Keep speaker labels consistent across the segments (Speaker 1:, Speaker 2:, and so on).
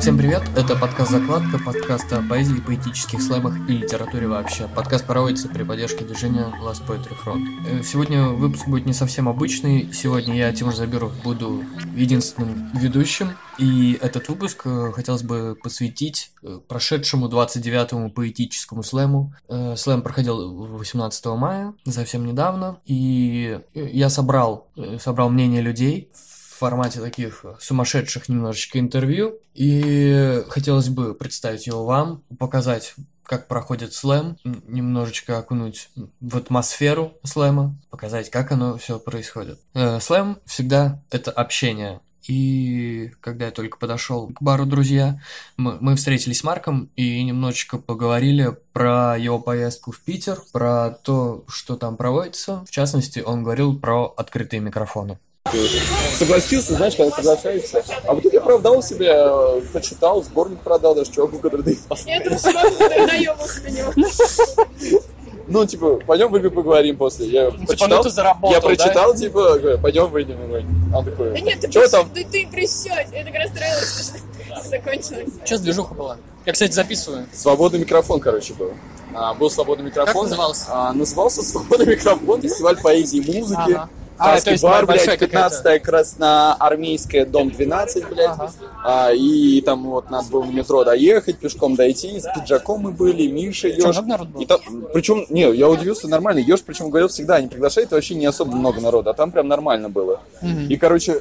Speaker 1: Всем привет, это подкаст «Закладка», подкаст о поэзии, поэтических слэмах и литературе вообще. Подкаст проводится при поддержке движения Last Poetry Front. Э, Сегодня выпуск будет не совсем обычный, сегодня я, Тимур Забиров, буду единственным ведущим, и этот выпуск э, хотелось бы посвятить э, прошедшему 29-му поэтическому слэму. Э, Слэм проходил 18 мая, совсем недавно, и я собрал, э, собрал мнение людей в формате таких сумасшедших немножечко интервью, и хотелось бы представить его вам, показать как проходит слэм, н- немножечко окунуть в атмосферу слэма, показать, как оно все происходит. Э, Слэм всегда это общение. И когда я только подошел к бару, друзья, мы, мы встретились с Марком и немножечко поговорили про его поездку в Питер, про то, что там проводится. В частности, он говорил про открытые микрофоны.
Speaker 2: согласился, знаешь, когда соглашаешься. А вот я оправдал себя, э, почитал, сборник продал даже чуваку, который доебался.
Speaker 3: Я трусовал, доебался до него.
Speaker 2: Ну, типа, пойдем выйдем поговорим после. Я
Speaker 4: ну
Speaker 2: прочитал,
Speaker 4: ты заработал,
Speaker 2: я
Speaker 4: да?
Speaker 2: прочитал, типа, говорю, пойдем выйдем. Он говорит, Он
Speaker 3: Да
Speaker 2: такой,
Speaker 3: нет, ты
Speaker 2: что
Speaker 3: присёк,
Speaker 2: там?
Speaker 3: да ты присёк. Я так расстроилась, что закончилось.
Speaker 4: Сейчас движуха была. Я, кстати, записываю.
Speaker 2: Свободный микрофон, короче, был. А, был свободный микрофон.
Speaker 4: назывался?
Speaker 2: А, назывался «Свободный микрофон», фестиваль поэзии и музыки.
Speaker 4: Ага. А,
Speaker 2: Царский
Speaker 4: то есть
Speaker 2: бар,
Speaker 4: большая
Speaker 2: блядь,
Speaker 4: какая-то.
Speaker 2: 15 Красноармейская, дом 12, блядь.
Speaker 4: Ага.
Speaker 2: А, и там вот надо было на метро доехать, пешком дойти, с пиджаком мы были, Миша, Ёж.
Speaker 4: много народу было?
Speaker 2: И там, причем, не, я удивился, нормально, Ёж, причем говорил всегда, не приглашает вообще не особо много народа, а там прям нормально было. И, короче,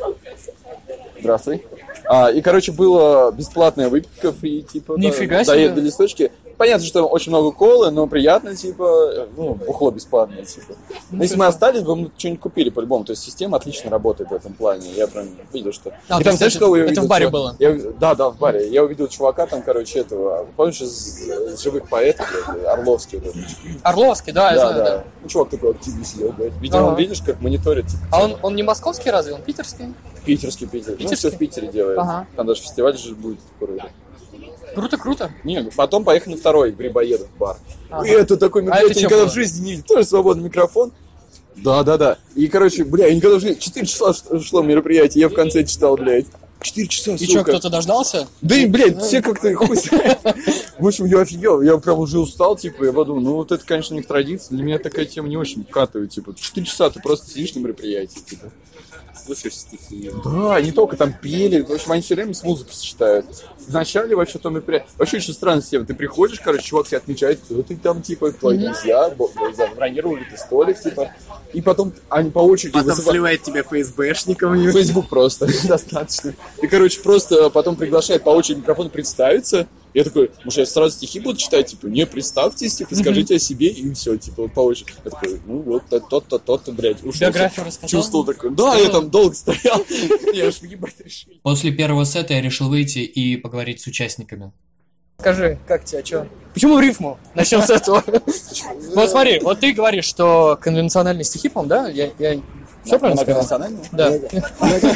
Speaker 2: здравствуй. А, и, короче, была бесплатная выпивка, фри, типа,
Speaker 4: Нифига
Speaker 2: да,
Speaker 4: себе.
Speaker 2: доели листочки. Понятно, что очень много колы, но приятно, типа, ну, бухло бесплатное, типа. Ну, если мы остались бы, мы что-нибудь купили по-любому. То есть система отлично работает в этом плане. Я прям видел, что...
Speaker 4: А,
Speaker 2: и
Speaker 4: то
Speaker 2: там,
Speaker 4: есть
Speaker 2: знаешь,
Speaker 4: это-
Speaker 2: кого я
Speaker 4: это в
Speaker 2: увидел,
Speaker 4: баре
Speaker 2: чувак?
Speaker 4: было?
Speaker 2: Я увидел- да, да, в баре. Я увидел чувака там, короче, этого... Помнишь, из, из живых поэтов, блядь, Орловский? вот этот?
Speaker 4: Орловский, да, я
Speaker 2: да,
Speaker 4: знаю,
Speaker 2: да.
Speaker 4: да.
Speaker 2: Ну, чувак такой активный сидел, блядь. Видимо,
Speaker 4: Ага.
Speaker 2: он, видишь, как мониторит. типа,
Speaker 4: А он, он не московский разве, он питерский?
Speaker 2: Питерский, Питер. Ну,
Speaker 4: Питерский?
Speaker 2: все в Питере делает.
Speaker 4: Ага.
Speaker 2: Там даже фестиваль же будет скоро.
Speaker 4: Круто, круто.
Speaker 2: Не, ну, потом поехали на второй Грибоедов бар.
Speaker 4: Ага. А
Speaker 2: И это такой мероприятие,
Speaker 4: это
Speaker 2: я
Speaker 4: чё
Speaker 2: никогда
Speaker 4: было?
Speaker 2: в жизни не тоже свободный микрофон. Да, да, да. И, короче, бля, я никогда в жизни... Четыре часа ш- шло мероприятие, я в конце читал, блядь. Четыре часа,
Speaker 4: И
Speaker 2: сука.
Speaker 4: что, кто-то дождался?
Speaker 2: Да и, блядь, все как-то хуй знает. В общем, я офигел, я прям уже устал, типа, я подумал, ну вот это, конечно, у них традиция, для меня такая тема не очень катывает, типа, четыре часа ты просто сидишь на мероприятии, типа.
Speaker 5: Слышишь стихи?
Speaker 2: Да, не только там пели, в общем, они все время с музыкой сочетают. Вначале вообще то мероприятие... Вообще очень странная тема. Ты приходишь, короче, чувак тебя отмечает, «Ну, ты там, типа, твои друзья, бо- за- бронировали ты столик, типа. И потом они по очереди
Speaker 5: Потом
Speaker 2: вызывают-
Speaker 5: сливает тебя ФСБшником.
Speaker 2: в Facebook просто достаточно. И, короче, просто потом приглашает по очереди микрофон представиться. Я такой, может, я сразу стихи буду читать? Типа, не, представьтесь, типа, скажите о себе, и все, типа, по очереди. Я такой, ну, вот тот- тот-то, тот-то, блядь, ушел.
Speaker 4: Биографию рассказал?
Speaker 2: Чувствовал такой, да, я там долго стоял. Я аж ебать решили.
Speaker 1: После первого сета я решил выйти и поговорить с участниками.
Speaker 4: Скажи, как тебе, что? Почему в рифму? Начнем с этого. Вот смотри, вот ты говоришь, что конвенциональные стихи, по-моему, да? Я, я... Все правильно сказал?
Speaker 2: Национально?
Speaker 4: Да.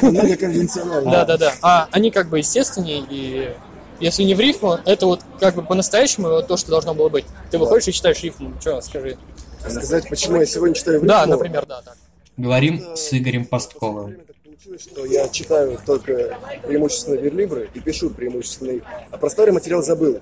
Speaker 5: Многоконвенционально.
Speaker 4: Да, да, да. А они как бы естественнее и если не в рифму, это вот как бы по-настоящему вот то, что должно было быть. Ты выходишь и читаешь рифму. Что, скажи?
Speaker 5: Сказать, почему я сегодня читаю в
Speaker 4: Да,
Speaker 5: рифму?
Speaker 4: например, да, так.
Speaker 1: Говорим с Игорем Постковым.
Speaker 5: Так получилось, что я читаю только преимущественно верлибры и пишу преимущественный, а про старый материал забыл.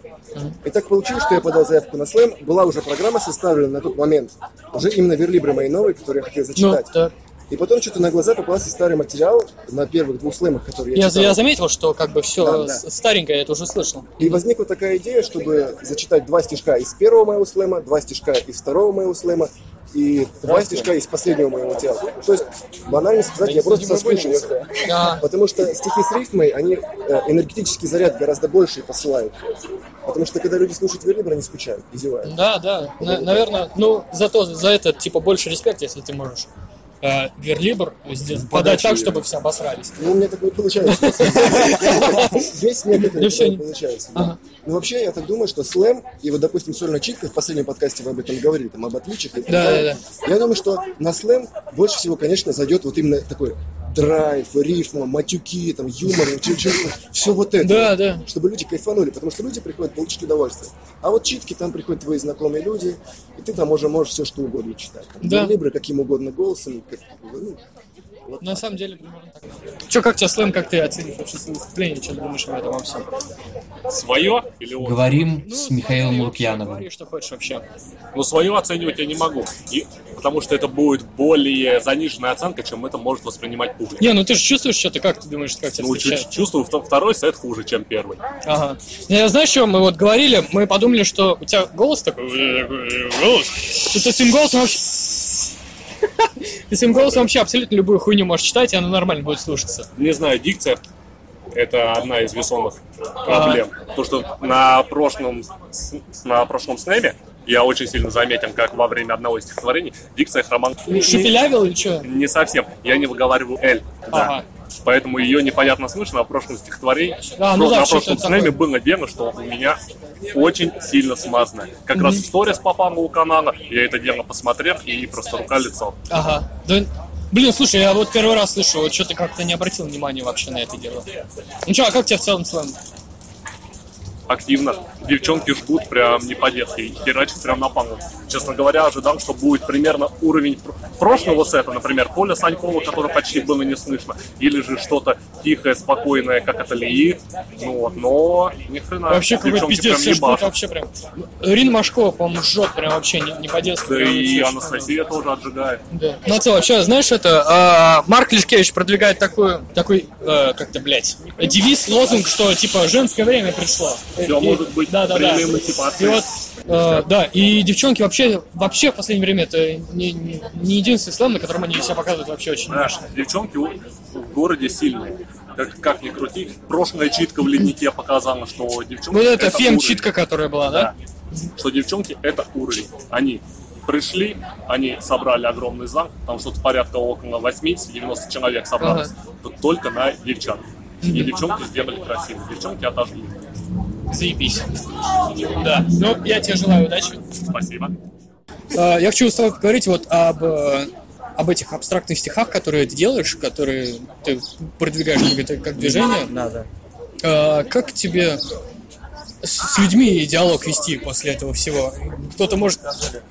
Speaker 5: И так получилось, что я подал заявку на слэм, была уже программа составлена на тот момент, уже именно верлибры мои новые, которые я хотел
Speaker 4: Ну,
Speaker 5: зачитать.
Speaker 4: так.
Speaker 5: И потом что-то на глаза попался старый материал на первых двух слэмах, которые я,
Speaker 4: Я,
Speaker 5: читал.
Speaker 4: я заметил, что как
Speaker 5: Да,
Speaker 4: бы все
Speaker 5: да.
Speaker 4: старенькое, я это уже слышал.
Speaker 5: И возникла такая идея, чтобы зачитать два стишка из первого моего слэма, два стишка из второго моего слэма и два стишка из последнего моего тела. То есть, банально сказать, я просто соскучился.
Speaker 4: Да.
Speaker 5: Потому что стихи с рифмой, они э, энергетический заряд гораздо больше посылают. Потому что когда люди слушают Верлибр, они скучают и зевают.
Speaker 4: Да, да. На- наверное, ну, зато за это, типа, больше респект, если ты можешь э, верлибр сделать- подать так, чтобы все обосрались.
Speaker 5: Ну, у меня так не получается. Здесь нет этого
Speaker 4: Ну, всё,
Speaker 5: не
Speaker 4: не-
Speaker 5: получается.
Speaker 4: Ага.
Speaker 5: да. Но вообще, я так думаю, что слэм, и вот, допустим, Сольная Читка, в последнем подкасте вы об этом говорили, там, об отличиях. и так
Speaker 4: Да, да,
Speaker 5: далее. Я думаю, что на слэм больше всего, конечно, зайдет вот именно такой драйв, рифма, матюки, там, юмор, все вот это.
Speaker 4: Да, да.
Speaker 5: Чтобы люди кайфанули, потому что люди приходят получить удовольствие. А вот читки, там приходят твои знакомые люди, и ты там уже можешь все что угодно читать. Там,
Speaker 4: Да.
Speaker 5: Верлибры каким угодно голосом, как, ну,
Speaker 4: На самом деле, примерно так. Че, как тебя слэм, как ты оценишь вообще свое выступление, что ты думаешь об этом во всем?
Speaker 6: Свое или он?
Speaker 1: Говорим
Speaker 4: Ну,
Speaker 1: с
Speaker 4: смотри,
Speaker 1: Михаилом
Speaker 4: вообще
Speaker 1: Лукьяновым.
Speaker 4: Говори, что хочешь вообще.
Speaker 6: Но свое Ну, оценивать я не могу, и- потому что это будет более заниженная оценка, чем это может воспринимать публика.
Speaker 4: Не, ну ты же чувствуешь что-то, как ты думаешь, как тебя
Speaker 6: Ну, чу-
Speaker 4: встречают?
Speaker 6: чувствую, вто- второй сет хуже, чем первый.
Speaker 4: Ага. Я знаешь, что мы вот говорили, мы подумали, что у тебя голос такой, голос. Ты с этим голосом вообще... Ты с этим голосом вообще абсолютно любую хуйню можешь читать, и она нормально будет слушаться.
Speaker 6: Не знаю, дикция – это одна из весомых проблем. Потому что на прошлом, с- на прошлом снэме я очень сильно заметен, как во время одного из стихотворений дикция хроман...
Speaker 4: Шепелявил или что?
Speaker 6: Не совсем. Я не выговариваю «эль». Да.
Speaker 4: Ага.
Speaker 6: Поэтому ее непонятно слышно, а в прошлом стихотворении,
Speaker 4: А,
Speaker 6: просто
Speaker 4: ну да,
Speaker 6: на
Speaker 4: что-то
Speaker 6: прошлом
Speaker 4: такое.
Speaker 6: снэме было видно, что у меня очень сильно смазано. Как раз в сторис попало у канала, я это дело посмотрел, и просто рука-лицо.
Speaker 4: Ага. Да, блин, слушай, я вот первый раз слышу, вот что-то как-то не обратил внимания вообще на это дело. Ну что, а как тебе в целом слэм?
Speaker 6: активно. Девчонки жгут прям не по-детски, и херачат прям на пангу. Честно говоря, ожидал, что будет примерно уровень пр- прошлого сета, например, Поля Санькова, которое почти было не слышно, или же что-то тихое, спокойное, как это Лии. Ну вот, но ни хрена.
Speaker 4: Вообще какой-то
Speaker 6: Девчонки
Speaker 4: пиздец,
Speaker 6: прям
Speaker 4: все жгут,
Speaker 6: ебашат.
Speaker 4: вообще прям. Рин Машкова, по-моему, жжет прям вообще не, не по-детски.
Speaker 6: Да
Speaker 4: прям
Speaker 6: и
Speaker 4: вообще
Speaker 6: Анастасия тоже отжигает.
Speaker 4: Да. Ну, а ты вообще, знаешь, это, а, Марк Лишкевич продвигает такую, такой, э, как-то, блядь, девиз, лозунг, что, типа, женское время пришло.
Speaker 6: Все
Speaker 4: И-
Speaker 6: может быть
Speaker 4: да, да, да.
Speaker 6: при
Speaker 4: И
Speaker 6: эмансипации.
Speaker 4: вот, э, да, и девчонки вообще, вообще в последнее время это не, не- не единственный слэм, на котором они себя показывают вообще очень
Speaker 6: Да,
Speaker 4: мощно.
Speaker 6: девчонки у- в городе сильные. Как, как ни крути, прошлая читка в леднике показала, что девчонки...
Speaker 4: Ну, это,
Speaker 6: уровень.
Speaker 4: фем-читка, которая была, да?
Speaker 6: что девчонки это уровень. Они пришли, они собрали огромный зал, там что-то порядка около 80-90 человек собралось. Тут только на девчат. И девчонки сделали красиво. Девчонки отожгли.
Speaker 4: Заебись. Да. Ну, я тебе желаю удачи.
Speaker 6: Спасибо.
Speaker 4: Э, Я хочу с тобой поговорить вот об, э, об этих абстрактных стихах, которые ты делаешь, которые ты продвигаешь как, это- как движение.
Speaker 7: Надо.
Speaker 4: Э, Как тебе с с людьми диалог вести после этого всего? Кто-то может,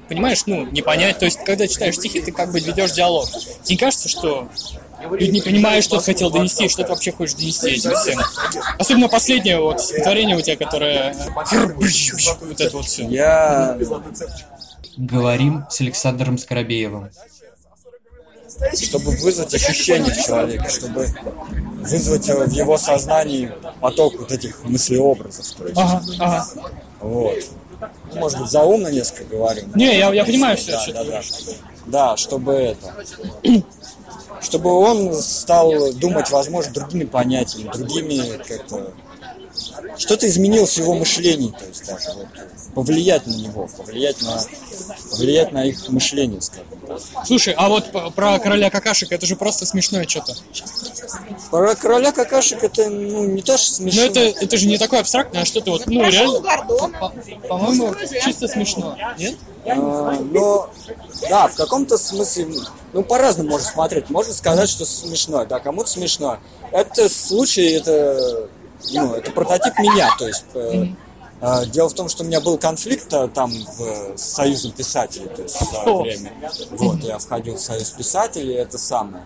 Speaker 4: понимаешь, ну, не понять. То есть, когда читаешь стихи, ты как бы ведешь диалог. Тебе не кажется, что люди не понимают, что ты хотел донести, что ты вообще хочешь донести этим всем? Особенно последнее вот стихотворение у тебя, которое... Вот это вот все.
Speaker 7: Я
Speaker 1: Говорим с Александром Скоробеевым.
Speaker 7: чтобы вызвать ощущение в человеке, чтобы вызвать э, в его сознании поток вот этих мыслеобразов. То есть,
Speaker 4: Ага, ага.
Speaker 7: вот. Ну, Может быть, заумно несколько говорю. но-
Speaker 4: Не, я, я понимаю все,
Speaker 7: Да,
Speaker 4: что ты
Speaker 7: да, да.
Speaker 4: говоришь.
Speaker 7: Да, чтобы это. Чтобы он стал думать, возможно, другими понятиями, другими как-то. Что-то изменилось в его мышлении, то есть даже вот, повлиять на него, повлиять на, повлиять на их мышление, скажем.
Speaker 4: Слушай, а вот п- про короля какашек, это же просто смешное что-то.
Speaker 7: Про короля какашек это ну, не то, что
Speaker 4: Но
Speaker 7: смешно.
Speaker 4: это, это же не такое абстрактное, а что-то вот, ну,
Speaker 3: Прошел
Speaker 4: реально,
Speaker 3: Гордона.
Speaker 4: по-моему, чисто смешно. Нет?
Speaker 7: А, но да, в каком-то смысле, ну по-разному можно смотреть. Можно сказать, что смешно, да, кому-то смешно. Это случай, это, ну, это прототип меня, то есть. э, э, Дело в том, что у меня был конфликт э, там в, э, с Союзом писателей, то есть в свое время. Вот, я входил в Союз писателей, это самое.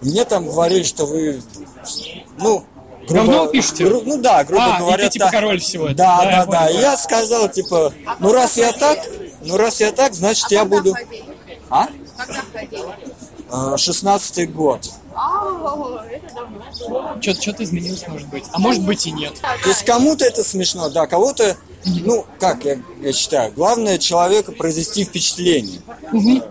Speaker 7: И Мне там говорили, что вы, ну, грубо,
Speaker 4: Говно пишете?
Speaker 7: гру- ну да, грубо
Speaker 4: А, и
Speaker 7: говоря,
Speaker 4: ты типа
Speaker 7: да.
Speaker 4: король всего этого.
Speaker 7: Да,
Speaker 4: Да,
Speaker 7: да,
Speaker 4: я
Speaker 7: да.
Speaker 4: понял.
Speaker 7: И Я сказал, типа, ну раз я так, ну раз я так, значит я буду... А?
Speaker 3: Когда входили?
Speaker 7: Э, 16 год.
Speaker 3: А, это давно.
Speaker 4: Что-то изменилось, может быть. А может быть и нет.
Speaker 7: То есть кому-то это смешно, да, кого-то, ну, как я, я считаю, главное человека произвести впечатление.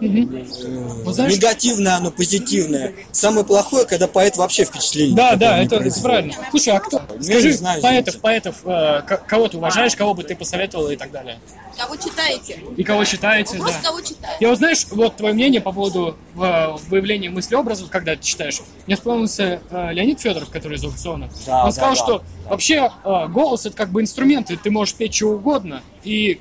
Speaker 4: Вот знаешь,
Speaker 7: Негативное, оно позитивное. Самое плохое, когда поэт вообще впечатление.
Speaker 4: да,
Speaker 7: такое
Speaker 4: да,
Speaker 7: не
Speaker 4: это, это
Speaker 7: производит.
Speaker 4: правильно. Слушай, а кто?
Speaker 7: не
Speaker 4: Скажи,
Speaker 7: знаю,
Speaker 4: поэтов,
Speaker 7: извините.
Speaker 4: поэтов, э, к- кого ты уважаешь, кого бы ты посоветовал и так далее.
Speaker 3: Кого читаете?
Speaker 4: И кого считаете,
Speaker 3: Вопрос,
Speaker 4: да.
Speaker 3: кого читаете?
Speaker 4: Я вот знаешь, вот твое мнение по поводу э, выявления мыслеобразов, когда ты читаешь. Мне вспомнился э, Леонид Федоров, который из аукциона.
Speaker 7: Да,
Speaker 4: Он
Speaker 7: да,
Speaker 4: сказал,
Speaker 7: да,
Speaker 4: что
Speaker 7: да.
Speaker 4: вообще э, голос это как бы инструмент, и ты можешь петь чего угодно, и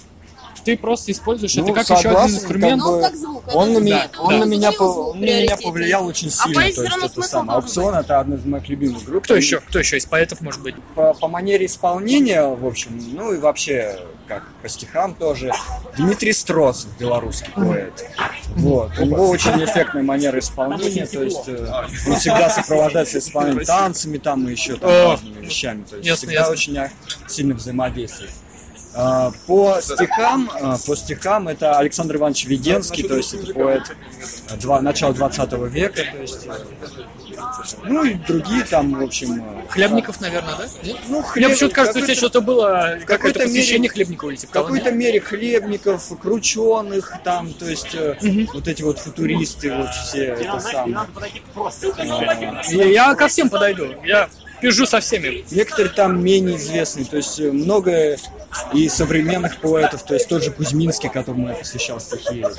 Speaker 4: ты просто используешь это
Speaker 7: Ну,
Speaker 4: как еще один
Speaker 7: согласен,
Speaker 4: инструмент.
Speaker 7: как бы,
Speaker 3: Ну, как звук, это
Speaker 7: Он на
Speaker 3: звук,
Speaker 7: меня,
Speaker 3: это
Speaker 7: он на
Speaker 3: звук
Speaker 7: меня,
Speaker 3: звук
Speaker 7: пов- он на меня
Speaker 3: приоритетный.
Speaker 7: повлиял очень сильно.
Speaker 3: А поэзия
Speaker 7: то
Speaker 3: всё
Speaker 7: есть
Speaker 3: равно
Speaker 7: это
Speaker 3: смысл
Speaker 7: самое.
Speaker 3: должен
Speaker 7: Аукцион это одна из моих любимых групп.
Speaker 4: Кто
Speaker 7: И
Speaker 4: еще? Кто еще из поэтов может быть?
Speaker 7: по, по манере исполнения, в общем, ну и вообще, как по стихам тоже, Дмитрий Стросов, белорусский поэт. Вот. У него очень эффектная манера исполнения, то есть э, он всегда сопровождается исполнением танцами там и еще там
Speaker 4: О.
Speaker 7: разными вещами. То есть
Speaker 4: Ясно,
Speaker 7: всегда
Speaker 4: ясно.
Speaker 7: очень а, сильно взаимодействует. А, По стихам, а, по стихам это Александр Иванович Веденский, то есть это поэт а, два, начала 20 века, то есть, э, ну и другие там, в общем, э,
Speaker 4: Хлебников, наверное, да? Нет?
Speaker 7: ну,
Speaker 4: Мне
Speaker 7: хлеб-
Speaker 4: почему-то кажется, у тебя
Speaker 7: какой-то-
Speaker 4: что-то было какое-то
Speaker 7: какой-то мере-
Speaker 4: посвящение Хлебникову или
Speaker 7: в
Speaker 4: типа того,
Speaker 7: какой-то
Speaker 4: нет?
Speaker 7: мере хлебников, крученых там, то есть э, вот эти вот футуристы, вот все это самое.
Speaker 8: Ну,
Speaker 7: Ну,
Speaker 4: Я, Ну, я ко всем подойду. Я пижу со всеми.
Speaker 7: Некоторые там менее известные, то есть э, много и современных поэтов, то есть тот же Кузьминский, которому я посвящал стихи. это,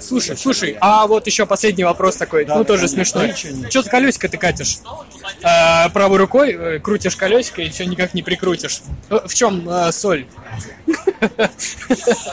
Speaker 4: Слушай, слушай, а вот еще последний вопрос такой,
Speaker 7: Да,
Speaker 4: ну
Speaker 7: да,
Speaker 4: тоже
Speaker 7: конечно.
Speaker 4: смешной.
Speaker 7: Да, ничего, ничего.
Speaker 4: Че за колесико ты катишь? А, правой рукой э, крутишь колесико и все никак не прикрутишь. Э, В чем соль?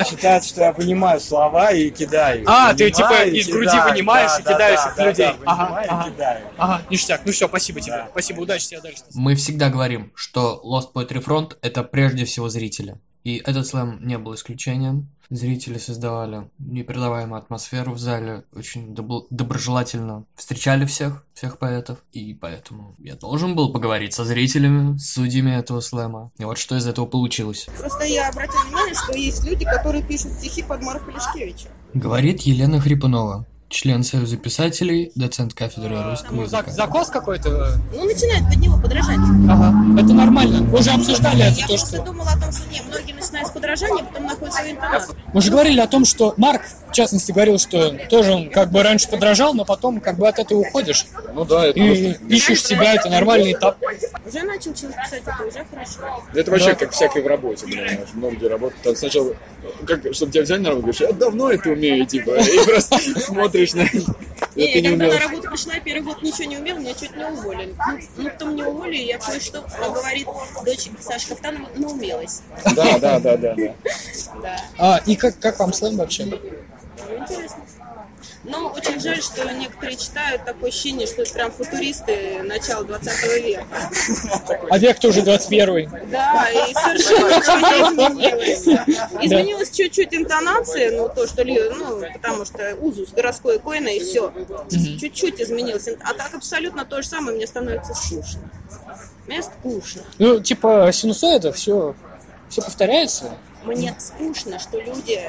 Speaker 7: Считают, что я понимаю слова и кидаю.
Speaker 4: А, ты, типа,
Speaker 7: Понимаю и
Speaker 4: из груди
Speaker 7: кидаю.
Speaker 4: вынимаешь и
Speaker 7: Да, да,
Speaker 4: кидаешь
Speaker 7: да,
Speaker 4: их в
Speaker 7: да,
Speaker 4: людей.
Speaker 7: да,
Speaker 4: Ага,
Speaker 7: вынимаю и
Speaker 4: ага.
Speaker 7: кидаю.
Speaker 4: Ага, ништяк. Ну все, спасибо тебе. Спасибо, удачи тебе дальше.
Speaker 1: Мы всегда говорим, что Lost Poetry Front — это прежде всего зрители. И этот слэм не был исключением. Зрители создавали непередаваемую атмосферу в зале, очень добл- доброжелательно встречали всех, всех поэтов. И поэтому я должен был поговорить со зрителями, с судьями этого слэма. И вот что из этого получилось.
Speaker 9: Просто я обратила внимание, что есть люди, которые пишут стихи под Марка Лешкевича.
Speaker 1: Говорит Елена Хрипунова, член Союза писателей, доцент кафедры русского
Speaker 4: Ну, зак-
Speaker 1: языка.
Speaker 4: закос какой-то.
Speaker 9: Ну, начинают под него подражать.
Speaker 4: Ага. Это нормально. Мы уже обсуждали это,
Speaker 9: я
Speaker 4: то,
Speaker 9: просто
Speaker 4: что...
Speaker 9: думала о том, что не, многие начинают с подражания, потом находят свою интонацию.
Speaker 4: Мы же говорили о том, что Марк, в частности, говорил, что тоже он как бы раньше подражал, но потом как бы от этого уходишь.
Speaker 2: Ну да, это,
Speaker 4: И ищешь себя, это нормальный этап.
Speaker 9: Уже начал человек писать, это уже хорошо.
Speaker 2: просто- это вообще как всякой в работе, блин, много где работают. Там сначала, как, чтобы тебя взяли на работу, говоришь, я давно это умею, типа, и просто смотришь на это
Speaker 9: Не,
Speaker 2: ты
Speaker 9: я
Speaker 2: не
Speaker 9: когда
Speaker 2: умел.
Speaker 9: на работу пришла, первый год ничего не умела, меня чуть не уволили. Ну, ну потом не уволили, я кое-что, как говорит дочь Саши Кафтанова, наумелась.
Speaker 2: Да, да, да, да, да.
Speaker 9: Да.
Speaker 4: А, и как, как вам слэм вообще?
Speaker 9: Интересно. Но очень жаль, что некоторые читают такое ощущение, что это прям футуристы начала 20 века.
Speaker 4: А век тоже 21
Speaker 9: Да, и совершенно ничего не изменилось. Изменилась чуть-чуть интонация, ну, то, что ли, ну, потому что узус, городской коина и все. Чуть-чуть изменилось. А так абсолютно то же самое, мне становится скучно. Мне скучно.
Speaker 4: Ну, типа, синусоида, все, все повторяется.
Speaker 9: Мне скучно, что люди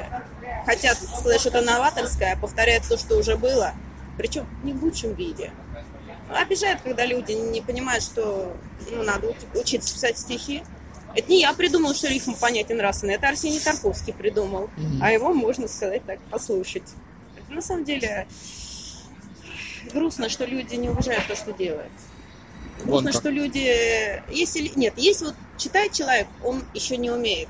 Speaker 9: хотят сказать что-то новаторское, а повторяют то, что уже было, причем не в лучшем виде. Обижает, когда люди не понимают, что ну, надо уч- учиться писать стихи. Это не я придумал, что рифм понятен Расин, это Арсений Тарковский придумал. А его можно сказать так, послушать. Это на самом деле грустно, что люди не уважают то, что делают.
Speaker 1: Вон
Speaker 9: Грустно,
Speaker 1: как.
Speaker 9: что люди... Если... Нет, если вот читает человек, он еще не умеет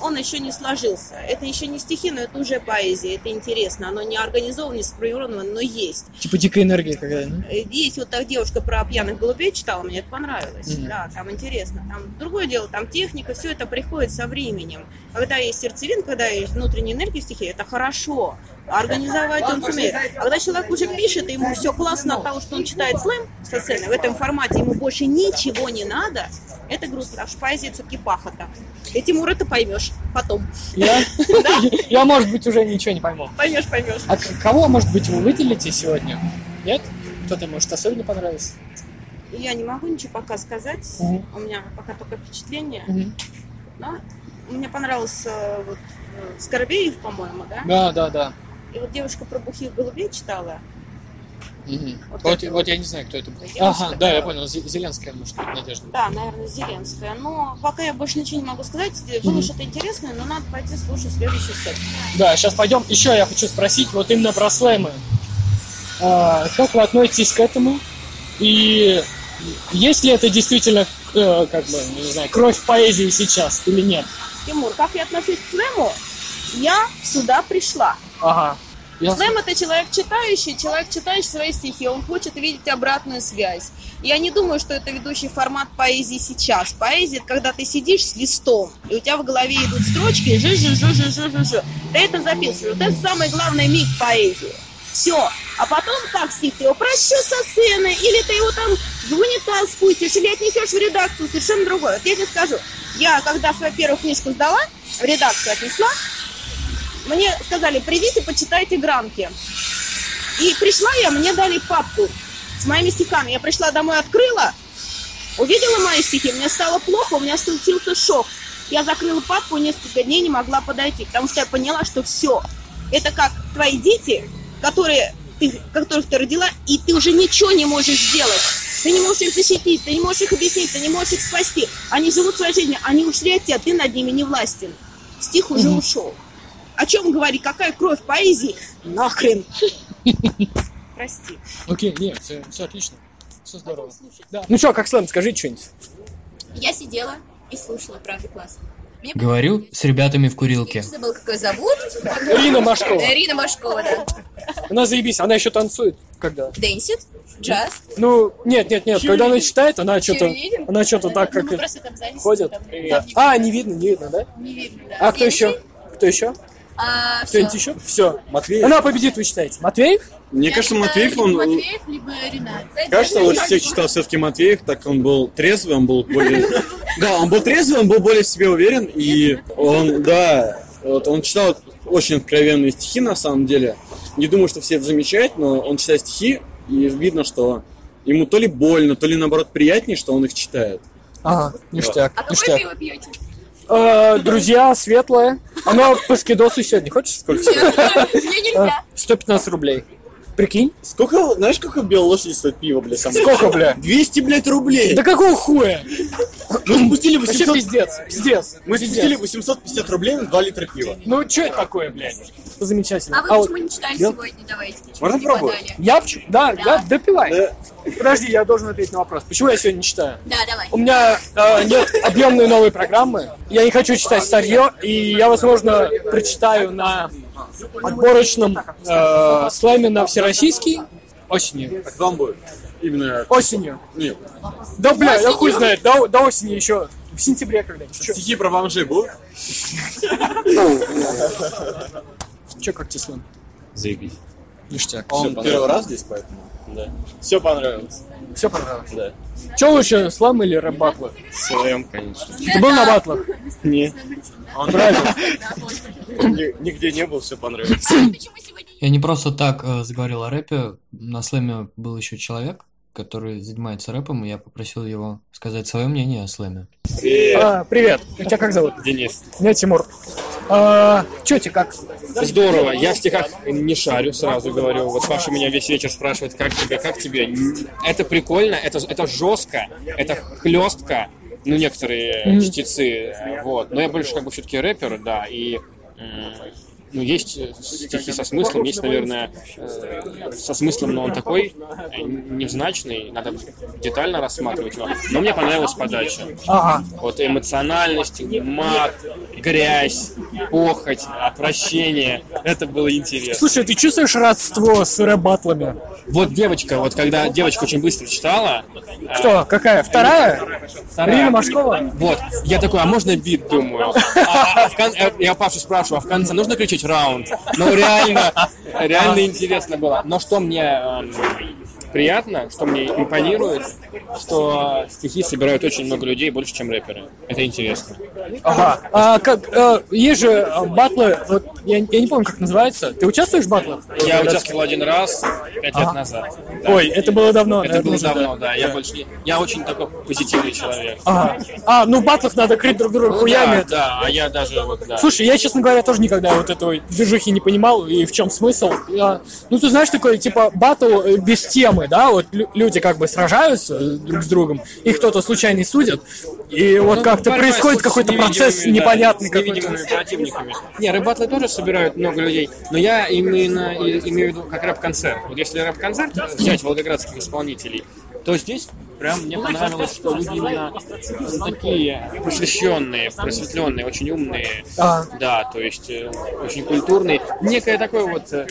Speaker 9: он еще не сложился. Это еще не стихи, но это уже поэзия, это интересно. Оно не организовано, не спрограммировано, но есть.
Speaker 4: Типа дикая энергия какая-то. ну.
Speaker 9: Э, Есть вот так девушка про пьяных голубей читала, мне это понравилось.
Speaker 4: Мгм.
Speaker 9: Да, там интересно. Там другое дело, там техника, все это приходит со временем. А Когда есть сердцевин, когда есть внутренняя энергия в стихе, это хорошо. А Организовать он сумеет. А когда человек уже пишет, и ему все классно от того, что он читает слэм со сцены, в этом формате ему больше ничего не надо, это грустно, потому что поэзия все-таки пахота. И Тимура ты поймешь потом.
Speaker 4: Я, я, может быть, уже ничего не пойму.
Speaker 9: Поймешь, поймешь.
Speaker 4: А к- кого, может быть, вы выделите сегодня? Нет? Кто-то, может, особенно понравился?
Speaker 9: Я не могу ничего пока сказать.
Speaker 4: Мгм.
Speaker 9: У меня пока только впечатление.
Speaker 4: Мгм.
Speaker 9: Но мне понравился вот, э, Скоробеев, по-моему, да?
Speaker 4: Да, да, да.
Speaker 9: И вот девушка про бухих голубей читала.
Speaker 4: Мгм.
Speaker 9: Вот
Speaker 4: Вот,
Speaker 9: это
Speaker 4: вот я не знаю, кто это был.
Speaker 9: Надежда,
Speaker 4: Ага, да, я
Speaker 9: да.
Speaker 4: понял. Зе- Зеленская, может, Надежда.
Speaker 9: Да, наверное, Зеленская. Но пока я больше ничего не могу сказать. Э, Было
Speaker 4: Мгм.
Speaker 9: что-то интересное, но надо пойти слушать следующий сет.
Speaker 4: Да, сейчас пойдем. Еще я хочу спросить вот именно про слэмы. А, как вы относитесь к этому? И есть ли это действительно, э, как бы, не знаю, кровь поэзии сейчас или нет?
Speaker 9: Тимур, как я отношусь к слэму? Я сюда пришла.
Speaker 4: Ага. Я-
Speaker 9: Слэм это человек читающий, человек читающий свои стихи, он хочет видеть обратную связь. Я не думаю, что это ведущий формат поэзии сейчас. Поэзия это когда ты сидишь с листом, и у тебя в голове идут строчки, жи жи жи жи жи жи жи Ты это записываешь. Вот это самый главный миг поэзии. Все. А потом как стих, ты его прощешь со сцены, или ты его там в унитаз спустишь, или отнесешь в редакцию, совершенно другое. Вот я тебе скажу, я когда свою первую книжку сдала, в редакцию отнесла, Мне сказали, придите, почитайте гранки. И пришла я, мне дали папку с моими стихами. Я пришла домой, открыла, увидела мои стихи, мне стало плохо, у меня случился шок. Я закрыла папку, несколько дней не могла подойти, потому что я поняла, что все. Это как твои дети, которые ты, которых ты родила, и ты уже ничего не можешь сделать. Ты не можешь их защитить, ты не можешь их объяснить, ты не можешь их спасти. Они живут своей жизнью, они ушли от тебя, ты над ними не властен. Стих уже ушел. О чем говорить? Какая кровь поэзии? Нахрен. Прости.
Speaker 4: Окей, нет, все, отлично. Все здорово.
Speaker 10: слушать.
Speaker 4: Да. Ну что, как слэм, скажи что-нибудь.
Speaker 10: Я сидела и слушала, правда, класс. Мне
Speaker 1: Говорю с ребятами в курилке.
Speaker 10: Я забыл, как ее зовут. Э,
Speaker 4: Ирина Машкова.
Speaker 10: Ирина Машкова, да.
Speaker 4: Она заебись, она еще танцует. Когда?
Speaker 10: Дэнсит, джаз.
Speaker 4: Ну, нет, нет, нет, когда она читает, она что-то,
Speaker 10: Чирлидинг?
Speaker 4: она что-то так
Speaker 10: Ну,
Speaker 4: как
Speaker 10: мы просто там зависим,
Speaker 4: ходит.
Speaker 10: там,
Speaker 4: Да. А, не видно, не видно, да?
Speaker 10: Не видно, да.
Speaker 4: А кто еще?
Speaker 10: Следующий?
Speaker 4: Кто еще?
Speaker 10: А, всё.
Speaker 4: Кто-нибудь еще? Все.
Speaker 11: Матвей,
Speaker 4: Она победит, вы считаете? Матвеев?
Speaker 7: Мне кажется,
Speaker 10: либо
Speaker 7: Матвеев, он...
Speaker 10: Матвеев, либо Ренат.
Speaker 7: Кажется, лучше всех читал все-таки Матвеев, так он был трезвый, он был более... Да, он был трезвый, он был более в себе уверен, и он, да, вот он читал очень откровенные стихи, на самом деле. Не думаю, что все это замечают, но он читает стихи, и видно, что ему то ли больно, то ли, наоборот, приятнее, что он их читает.
Speaker 4: Ага, ништяк,
Speaker 10: А какое
Speaker 4: ништяк.
Speaker 10: пиво пьете?
Speaker 4: Э, Друзья, светлое. Оно по скидосу сегодня. Хочешь сколько?
Speaker 10: Мне нельзя.
Speaker 4: 115 рублей. Прикинь?
Speaker 7: Сколько, знаешь, сколько в Белоруссии стоит пиво, блядь, сам?
Speaker 4: Сколько, бля?
Speaker 7: 200, блядь, рублей!
Speaker 4: Да какого хуя?
Speaker 7: Мы спустили
Speaker 4: Вообще
Speaker 7: 800...
Speaker 4: пиздец, пиздец.
Speaker 7: Мы
Speaker 4: пиздец.
Speaker 7: спустили 850 рублей на 2 литра пива.
Speaker 4: Ну, что это такое, блядь? Замечательно.
Speaker 10: А вы
Speaker 4: вот
Speaker 10: почему не читали
Speaker 4: я-
Speaker 10: сегодня? Давайте.
Speaker 7: Можно
Speaker 10: Не
Speaker 7: пробовать?
Speaker 10: подали.
Speaker 4: я вч- Да, я допивай.
Speaker 7: Да.
Speaker 4: Подожди, я должен ответить на вопрос. Почему я сегодня не читаю?
Speaker 10: Да, давай.
Speaker 4: У меня э, нет объемной новой программы. Я не хочу читать старье, и я, возможно, прочитаю на отборочном э, слайме на всероссийский осенью.
Speaker 7: А когда он будет? Именно...
Speaker 4: Осенью.
Speaker 7: Нет.
Speaker 4: Да, бля, я хуй знает, до, до осени еще. В сентябре когда-нибудь. Чё,
Speaker 7: Стихи про бомжей будут?
Speaker 4: чё, как тебе слайм?
Speaker 7: Заебись.
Speaker 4: Ништяк.
Speaker 7: Он первый раз здесь, поэтому. Да. Все понравилось.
Speaker 4: Все понравилось.
Speaker 7: Да.
Speaker 4: Че лучше, слайм или рэп батлы?
Speaker 7: СЛМ, конечно.
Speaker 4: Ты был на батлах?
Speaker 7: Не. Он Нигде не был, все понравилось.
Speaker 10: Почему сегодня
Speaker 1: Я не просто так э, заговорил о рэпе. На слэме был еще человек, который занимается рэпом, и я попросил его сказать свое мнение о слэме.
Speaker 4: А, привет. Тебя как зовут?
Speaker 7: Денис.
Speaker 4: Меня Тимур. А, чё тебе как?
Speaker 8: Здорово, я в стихах не шарю, сразу говорю. Вот Паша меня весь вечер спрашивает, как тебе, как тебе. Это прикольно, это, это жестко, это хлестко. Ну, некоторые чтецы, э, вот. Но я больше как бы все-таки рэпер, да, и м, ну, есть э, стихи со смыслом, есть, наверное, э, со смыслом, но он такой э, невзначный, надо детально рассматривать его. Но мне понравилась подача.
Speaker 4: Ага.
Speaker 8: Вот эмоциональность, мат, грязь, похоть, отвращение. Это было интересно.
Speaker 4: Слушай, ты чувствуешь родство с рэп-батлами?
Speaker 8: Вот девочка, вот когда девочка очень быстро читала, э,
Speaker 4: Кто? Какая? Вторая?
Speaker 8: вторая-
Speaker 4: Рина Машкова?
Speaker 8: Вот, я такой, а можно бит, думаю. А- а в кон- э, Я Пашу спрашиваю, а в конце нужно кричать раунд? Ну реально, реально интересно было. Но что мне эм, приятно, что мне импонирует, что стихи собирают очень много людей, больше, чем рэперы. Это интересно.
Speaker 4: Ага. А, как, э, есть же э, батлы, вот, я, я не помню, как называется. Ты участвуешь в батлах?
Speaker 8: Я участвовал один раз пять лет назад. Да.
Speaker 4: Ой, это было давно.
Speaker 8: Это было
Speaker 4: наверное, уже,
Speaker 8: давно, да. Я больше не- Я очень такой позитивный человек.
Speaker 4: Ага. А, ну в батлах надо крыть друг друга хуями.
Speaker 8: Да,
Speaker 4: это-
Speaker 8: да, а я даже вот, да.
Speaker 4: Слушай, я, честно говоря, тоже никогда вот этого движухи не понимал и в чем смысл. Я- ну, ты знаешь, такое, типа, батл э, без темы, да, вот лю- люди как бы сражаются э, друг с другом, их кто-то случайно судит, и вот как-то
Speaker 8: Ну, Борьба
Speaker 4: происходит
Speaker 8: с
Speaker 4: какой-то
Speaker 8: невидимыми,
Speaker 4: процесс
Speaker 8: да,
Speaker 4: непонятный
Speaker 8: с
Speaker 4: какой-то.
Speaker 8: невидимыми противниками. Не, рэп-батлы тоже собирают много людей, но я именно и- имею в виду как рэп-концерт. Вот если рэп-концерт взять волгоградских исполнителей, то здесь прям мне понравилось, что люди именно такие просвещенные, просветленные, очень умные,
Speaker 4: А,
Speaker 8: да, то есть э, очень культурный. Некое такое вот э,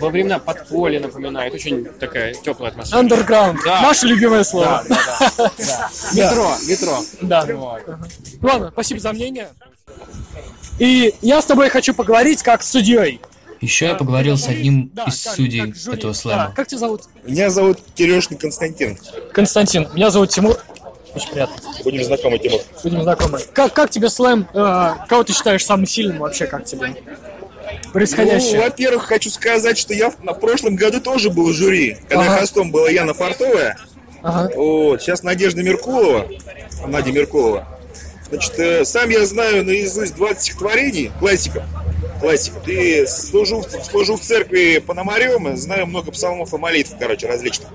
Speaker 8: во времена подполья напоминает. Очень такая теплая атмосфера.
Speaker 4: Underground.
Speaker 8: Да.
Speaker 4: Наше любимое слово.
Speaker 8: Да, да, да, да. Метро, метро.
Speaker 4: Да. Ага. Ладно, спасибо за мнение. И я с тобой хочу поговорить как с судьей.
Speaker 1: Еще я поговорил с одним
Speaker 4: Да,
Speaker 1: из
Speaker 4: как-
Speaker 1: судей
Speaker 4: как жюри.
Speaker 1: этого
Speaker 4: Да,
Speaker 1: слэма.
Speaker 4: Как тебя зовут?
Speaker 12: Меня зовут Кирюшин Константин.
Speaker 4: Константин. Меня зовут Тимур. Очень приятно.
Speaker 12: Будем знакомы, Тимур.
Speaker 4: Будем знакомы. Как, как тебе слэм? Э, кого ты считаешь самым сильным вообще, как тебе? происходящее?
Speaker 12: Ну, во-первых, хочу сказать, что я в на- в прошлом году тоже был в жюри, когда
Speaker 4: Ага.
Speaker 12: хостом была Яна Фартовая.
Speaker 4: Ага.
Speaker 12: Вот, сейчас Надежда Меркулова, Надя Меркулова. Значит, э, сам я знаю наизусть 20 стихотворений, классиков. Классиков. И служу, в- служу в церкви Пономарем, знаю много псалмов и молитв, короче, различных.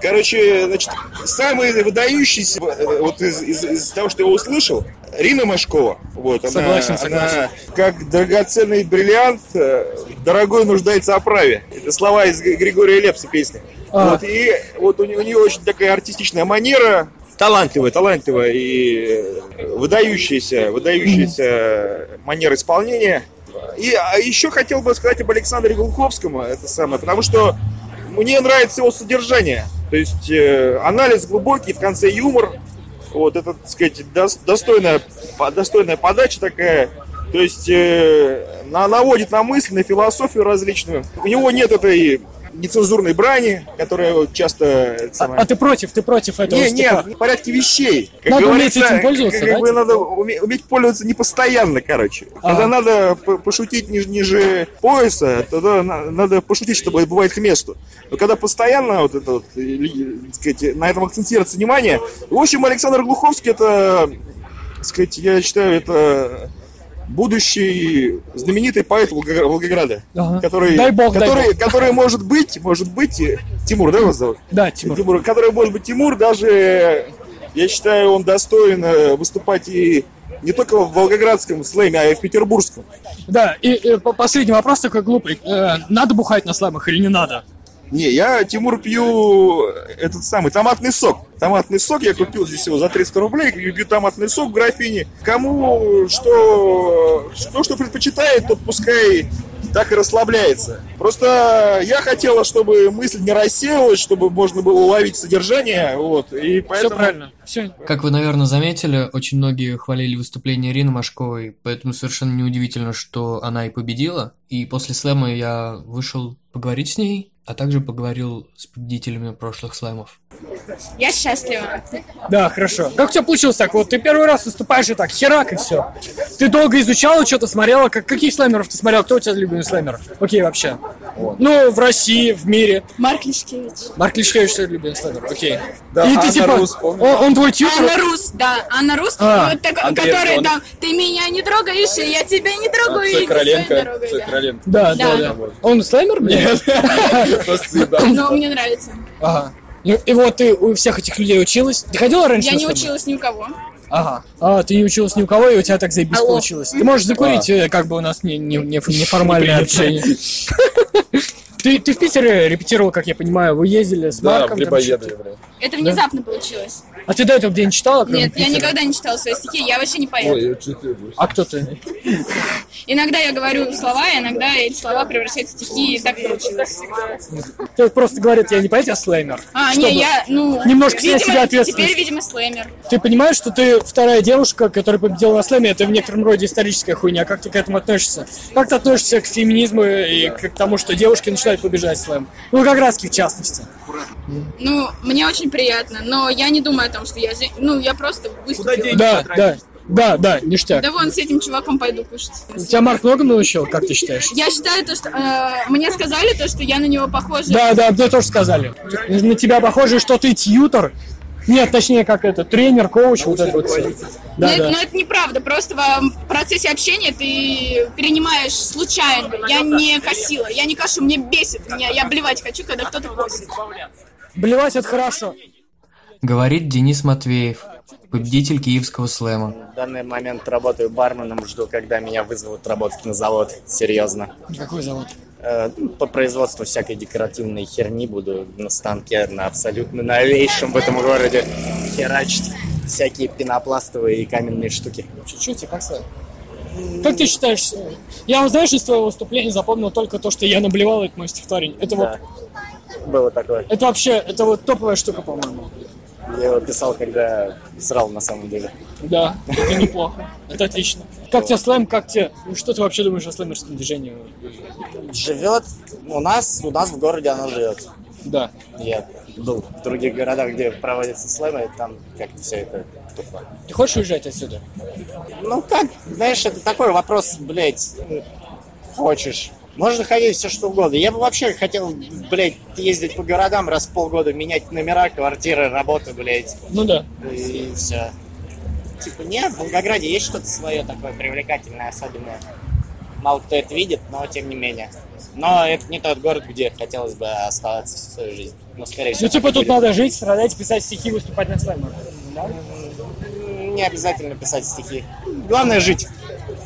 Speaker 12: Короче, значит, самый выдающийся, э, вот из, из- из того, что я услышал, Рина Машкова. Вот, она-
Speaker 4: Согласен,
Speaker 12: она
Speaker 4: согласен.
Speaker 12: как драгоценный бриллиант, э, дорогой нуждается в оправе. Это слова из Г- Григория Лепса песни.
Speaker 4: А.
Speaker 12: Вот, и вот у, не- у нее очень такая артистичная манера, талантливая, талантливая и э, выдающаяся, выдающаяся манера исполнения. И а, еще хотел бы сказать об Александре Глуховском, э, это самое, потому что мне нравится его содержание. То есть э, анализ глубокий, в конце юмор. Вот это, так сказать, дос- достойная, по- достойная подача такая. То есть э, на- наводит на мысль, на философию различную. У него нет этой нецензурной брани, которая вот часто... это
Speaker 4: А,
Speaker 12: самое,
Speaker 4: а ты против, ты против этого?
Speaker 12: не,
Speaker 4: Степан?
Speaker 12: нет, в порядке вещей.
Speaker 4: Надо уметь
Speaker 12: говорится,
Speaker 4: этим пользоваться,
Speaker 12: как, как
Speaker 4: да,
Speaker 12: бы
Speaker 4: типа?
Speaker 12: надо уме- уметь пользоваться не постоянно, короче.
Speaker 4: Ага.
Speaker 12: Когда надо п- пошутить ниже, ниже пояса, тогда на- надо пошутить, чтобы это бывает к месту. Но когда постоянно вот это вот, или, так сказать, на этом акцентируется внимание. В общем, Александр Глуховский это, так сказать, я считаю, это будущий знаменитый поэт Волгогра- Волгограда,
Speaker 4: Ага.
Speaker 12: который,
Speaker 4: Дай бог, дай
Speaker 12: который, который может быть, может быть, э, Тимур, да, вас зовут?
Speaker 4: Да, Тимур.
Speaker 12: Тимур, который, может быть, Тимур даже, я считаю, он достоин э, выступать и не только в волгоградском слэме, а и в петербургском.
Speaker 4: Да, и, э, по- последний вопрос такой глупый. Э, надо бухать на слаймах или не надо?
Speaker 12: Не, я, Тимур, пью э, этот самый томатный сок. Томатный сок, я купил здесь его за 300 рублей, и пью томатный сок в графине. Кому что, что, что предпочитает, тот пускай так и расслабляется. Просто я хотела, чтобы мысль не рассеялась, чтобы можно было уловить содержание, вот, и
Speaker 4: Все
Speaker 12: поэтому...
Speaker 4: правильно. Все.
Speaker 1: Как вы, наверное, заметили, очень многие хвалили выступление Ирины Машковой, поэтому совершенно неудивительно, что она и победила. И после слэма я вышел поговорить с ней, а также поговорил с победителями прошлых слэмов.
Speaker 3: Я счастлива.
Speaker 4: Да, хорошо. Как у тебя получилось так? Вот ты первый раз выступаешь и так, херак и все. Ты долго изучала, что-то смотрела. Как, каких слаймеров ты смотрел? Кто у тебя любимый слаймер? Окей, вообще. Ну, в России, в мире.
Speaker 3: Марк Лишкевич.
Speaker 4: Марк Лишкевич твой любимый слаймер, окей.
Speaker 2: Да,
Speaker 4: и ты
Speaker 2: Анна
Speaker 4: типа,
Speaker 2: Рус,
Speaker 4: он,
Speaker 2: помню.
Speaker 4: он твой тьютер?
Speaker 3: Анна А, Рус, да, Анна Рус,
Speaker 4: А,
Speaker 3: вот такой,
Speaker 2: Андрей
Speaker 3: который
Speaker 2: Антонов.
Speaker 3: там, ты меня не трогаешь, и я тебя не
Speaker 4: Ну
Speaker 3: трогаю, и ты меня
Speaker 2: Цой Короленко,
Speaker 3: трогаешь,
Speaker 2: Цой
Speaker 3: да.
Speaker 2: Короленко.
Speaker 4: Да, да, да.
Speaker 3: Да.
Speaker 4: Он слаймер? Нет.
Speaker 2: Просто заебал.
Speaker 3: Но Ну, мне нравится.
Speaker 4: Ага. И, и вот ты у всех этих людей училась? Ты ходила раньше?
Speaker 3: Я
Speaker 4: на
Speaker 3: не
Speaker 4: слаймер?
Speaker 3: училась ни у кого.
Speaker 4: Ага. А, ты не училась ни у кого, и у тебя так заебись
Speaker 3: Алло.
Speaker 4: получилось. Ты можешь закурить, э, как бы у нас не, не, не- неформальное общение. Ты, ты в Питере репетировал, как я понимаю, вы ездили с
Speaker 2: Да,
Speaker 4: Марком.
Speaker 2: в
Speaker 4: там
Speaker 2: Грибоедове,
Speaker 4: что-то.
Speaker 2: блин.
Speaker 3: Это внезапно получилось.
Speaker 4: А ты до этого где-нибудь читала? кроме
Speaker 3: Нет, я
Speaker 4: Питера?
Speaker 3: никогда не читала свои стихи, я вообще не поэт.
Speaker 2: Ой, я чё ты, блин?
Speaker 4: А кто ты?
Speaker 3: Иногда я говорю слова, и иногда эти слова превращаются в стихи, и так получилось.
Speaker 4: Ты просто говорит, я не поэт, я слеймер.
Speaker 3: А,
Speaker 4: Чтобы-
Speaker 3: не, я, ну...
Speaker 4: Немножко снять
Speaker 3: видимо,
Speaker 4: с себя ответственность.
Speaker 3: Теперь, видимо, слэмер.
Speaker 4: Ты понимаешь, что ты вторая девушка, которая победила на слэме, это в некотором роде историческая хуйня. Как ты к этому относишься? Как ты относишься к феминизму и к к тому, что девушки начинают побеждать слэм? Ну, как раз в частности.
Speaker 3: Ну, мне очень приятно, но я не думаю о том, что я... же- Ну, я просто выступила.
Speaker 4: Да, да, да, да, ништяк.
Speaker 3: Да вон с этим чуваком пойду кушать.
Speaker 4: У тебя Марк много научил, как ты считаешь?
Speaker 3: Я считаю то, что... э, мне сказали то, что я на него похожа.
Speaker 4: Да, да, мне тоже сказали. На тебя похоже, что ты тьютер. Нет, точнее, как это, тренер, коуч, вот это вот все.
Speaker 3: но,
Speaker 4: Да,
Speaker 3: Ну, это,
Speaker 4: да.
Speaker 3: но это неправда, просто в процессе общения ты перенимаешь случайно. Я не косила, я не кашу, мне бесит, меня, я блевать хочу, когда кто-то косит.
Speaker 4: Блевать это хорошо.
Speaker 1: Говорит Денис Матвеев, победитель киевского слэма.
Speaker 7: В данный момент работаю барменом, жду, когда меня вызовут работать на завод. Серьезно.
Speaker 4: Какой завод?
Speaker 7: Э, ну, По производству всякой декоративной херни буду на станке на абсолютно новейшем в этом городе херачить всякие пенопластовые и каменные штуки.
Speaker 4: Чуть-чуть, и как сказать? Как ты считаешь? э, Я, знаешь, из твоего выступления запомнил только то, что я наблевал, это мой стихотворение. Это вот,
Speaker 7: Да. Было такое.
Speaker 4: это вообще, это вот топовая штука, по-моему.
Speaker 7: Я его писал, когда срал на самом деле.
Speaker 4: Да, это неплохо, это отлично. Как тебе слэм, как тебе, ну, что ты вообще думаешь о слэмерском движении?
Speaker 7: Живет у нас, у нас в городе она живет.
Speaker 4: Да.
Speaker 7: Я был в других городах, где проводятся слэмы, и там как-то все это тупо.
Speaker 4: Ты хочешь уезжать отсюда?
Speaker 7: Ну как, знаешь, это такой вопрос, блядь,
Speaker 13: хочешь. Можно ходить все что угодно. Я бы вообще хотел, блядь, ездить по городам раз в полгода, менять номера, квартиры, работу, блядь.
Speaker 4: Ну да.
Speaker 13: И все. Типа, нет, в Волгограде есть что-то свое такое привлекательное, особенное. Мало кто это видит, но тем не менее. Но это не тот город, где хотелось бы оставаться всю свою жизнь. Ну, скорее всего.
Speaker 4: Ну, типа,
Speaker 13: так
Speaker 4: тут
Speaker 13: будет.
Speaker 4: надо жить, страдать, писать стихи, выступать на слаймах.
Speaker 13: Не обязательно писать стихи. Главное жить.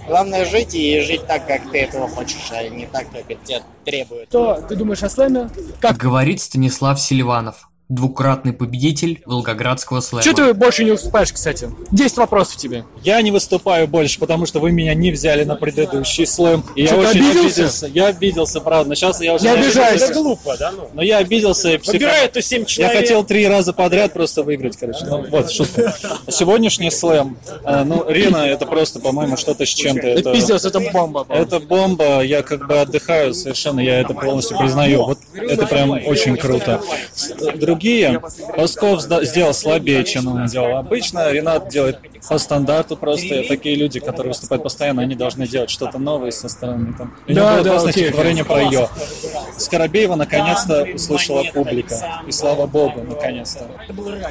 Speaker 13: Главное жить и жить так, как ты этого хочешь, а не так, как это тебя требует.
Speaker 4: Что ты думаешь о слэме?
Speaker 1: Как говорит Станислав Селиванов, двукратный победитель волгоградского слэма.
Speaker 4: Че ты больше не выступаешь, кстати? 10 вопросов тебе.
Speaker 14: Я не выступаю больше, потому что вы меня не взяли на предыдущий слэм. И я
Speaker 4: Что, ты
Speaker 14: очень
Speaker 4: обиделся?
Speaker 14: обиделся. Я обиделся, правда. Но сейчас я уже...
Speaker 4: Не обижайся.
Speaker 14: Это глупо, да? Ну? Но я обиделся. и
Speaker 4: Выбирай
Speaker 14: психо-
Speaker 4: эту семь
Speaker 14: Я
Speaker 4: человек.
Speaker 14: хотел три раза подряд просто выиграть, короче. Ну, вот, шутка. Сегодняшний слэм. э, Ну, Рина, это просто, по-моему, что-то с чем-то.
Speaker 4: Это пиздец, это бомба.
Speaker 14: Это бомба, я как бы отдыхаю совершенно, я это полностью признаю. Вот это прям очень круто. С- Другие, Пасков сда- сделал слабее, чем он делал. Обычно Ренат делает по стандарту просто. И Такие люди, которые выступают постоянно, они должны делать что-то новое со стороны. Там. У него
Speaker 4: Да,
Speaker 14: было
Speaker 4: да,
Speaker 14: классное
Speaker 4: окей,
Speaker 14: стихотворение
Speaker 4: окей.
Speaker 14: про ее. Скоробеева наконец-то услышала публика. И слава богу, наконец-то.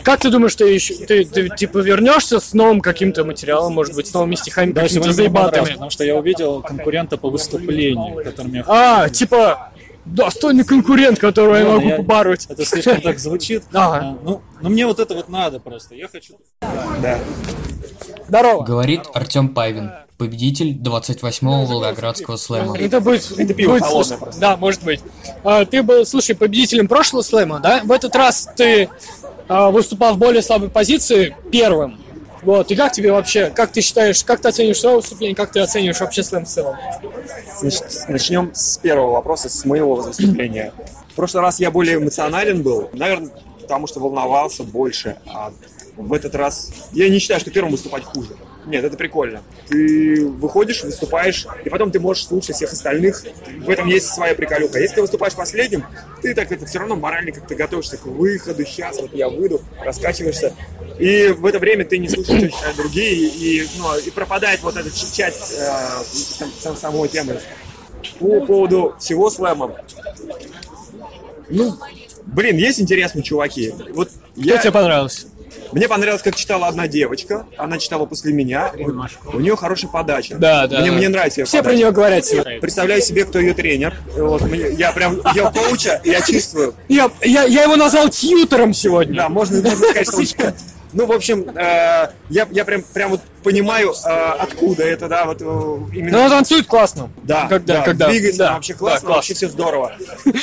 Speaker 4: Как ты думаешь, ты еще ты, ты, типа вернешься с новым каким-то материалом, может быть, с новыми стихами,
Speaker 14: Да,
Speaker 4: какими-то
Speaker 14: сегодня мне понравилось,
Speaker 4: заебатами?
Speaker 14: потому что я увидел конкурента по выступлению, которым я
Speaker 4: А, типа достойный конкурент, которого я
Speaker 14: Ладно,
Speaker 4: могу
Speaker 14: ну я-
Speaker 4: побороть.
Speaker 14: Это слишком так звучит. А, Ну, ну мне вот это вот надо просто. Я хочу. Да.
Speaker 4: Здорово.
Speaker 1: Говорит Артем Павин, победитель 28-го волгоградского слэма.
Speaker 4: Это будет... Это
Speaker 1: пиво
Speaker 4: будет
Speaker 1: холодное
Speaker 4: слушай, Да, может быть. А, ты был, слушай, победителем прошлого слэма, да? В этот раз ты а, выступал в более слабой позиции первым. Вот, и как тебе вообще, как ты считаешь, как ты оцениваешь свое выступление, как ты оцениваешь вообще слэм в целом?
Speaker 8: Значит, начнем с первого вопроса, с моего выступления. В прошлый раз я более эмоционален был, наверное, потому что волновался больше. А в этот раз я не считаю, что первым выступать хуже. Нет, это прикольно. Ты выходишь, выступаешь, и потом ты можешь слушать всех остальных. В этом есть своя приколюха. Если ты выступаешь последним, ты так это все равно морально как-то готовишься к выходу. Сейчас вот я выйду, раскачиваешься. И в это время ты не слушаешь, что считают другие, и, ну, и пропадает вот эта ч- часть э, сам- сам- самого темы. По поводу всего слэма. Ну, блин, есть интересные чуваки. Вот я... тебе
Speaker 4: понравился?
Speaker 8: Мне понравилось, как читала одна девочка. Она читала после меня. У нее хорошая подача.
Speaker 4: Да, да,
Speaker 8: Мне,
Speaker 4: да.
Speaker 8: мне нравится её
Speaker 4: Все
Speaker 8: подача.
Speaker 4: про неё говорят сегодня.
Speaker 8: Представляю себе, кто ее тренер. Вот, мне- я прям, я коуча, я чувствую. Ну,
Speaker 4: Я, я, я его назвал тьютером сегодня.
Speaker 8: Да, можно, можно сказать, что он читает. Ну, в общем, э, я, я прям, прям вот понимаю, э, откуда это, да, вот э, именно...
Speaker 4: Ну, он танцует классно.
Speaker 8: Да,
Speaker 4: когда,
Speaker 8: да,
Speaker 4: когда.
Speaker 8: двигается
Speaker 4: да.
Speaker 8: вообще классно,
Speaker 4: Да, класс.
Speaker 8: вообще все здорово.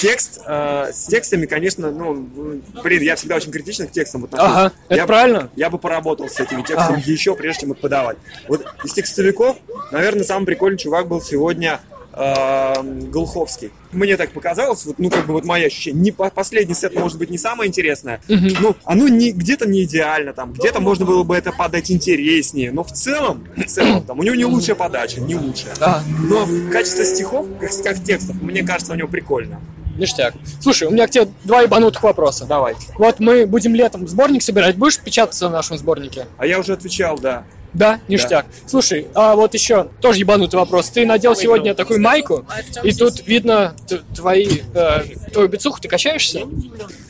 Speaker 8: Текст, э, с текстами, конечно, ну, блин, я всегда очень критично к текстам отношусь.
Speaker 4: Ага, это
Speaker 8: я, б-
Speaker 4: правильно.
Speaker 8: Я бы поработал с этими текстами
Speaker 4: Ага.
Speaker 8: еще, прежде чем их подавать. Вот из текстовиков, наверное, самый прикольный чувак был сегодня э, Голховский. Мне так показалось, вот, ну, как бы вот мои ощущения. Не, по- последний сет, может быть, не самое интересное,
Speaker 4: Мгм.
Speaker 8: ну, оно не, где-то не идеально, там, где-то можно было бы это подать интереснее, но в целом, в целом, там, у него не лучшая подача, не лучшая. Но качество стихов, как, как текстов, мне кажется, у него прикольно.
Speaker 4: Ништяк. Слушай, у меня к тебе два ебанутых вопроса.
Speaker 8: Давай.
Speaker 4: Вот мы будем летом сборник собирать, будешь печататься в нашем сборнике?
Speaker 8: А я уже отвечал, да.
Speaker 4: Да, ништяк. Слушай, а вот еще тоже ебанутый вопрос. Ты надел сегодня такую майку, и тут видно т- твои э, твою бицуху, ты качаешься?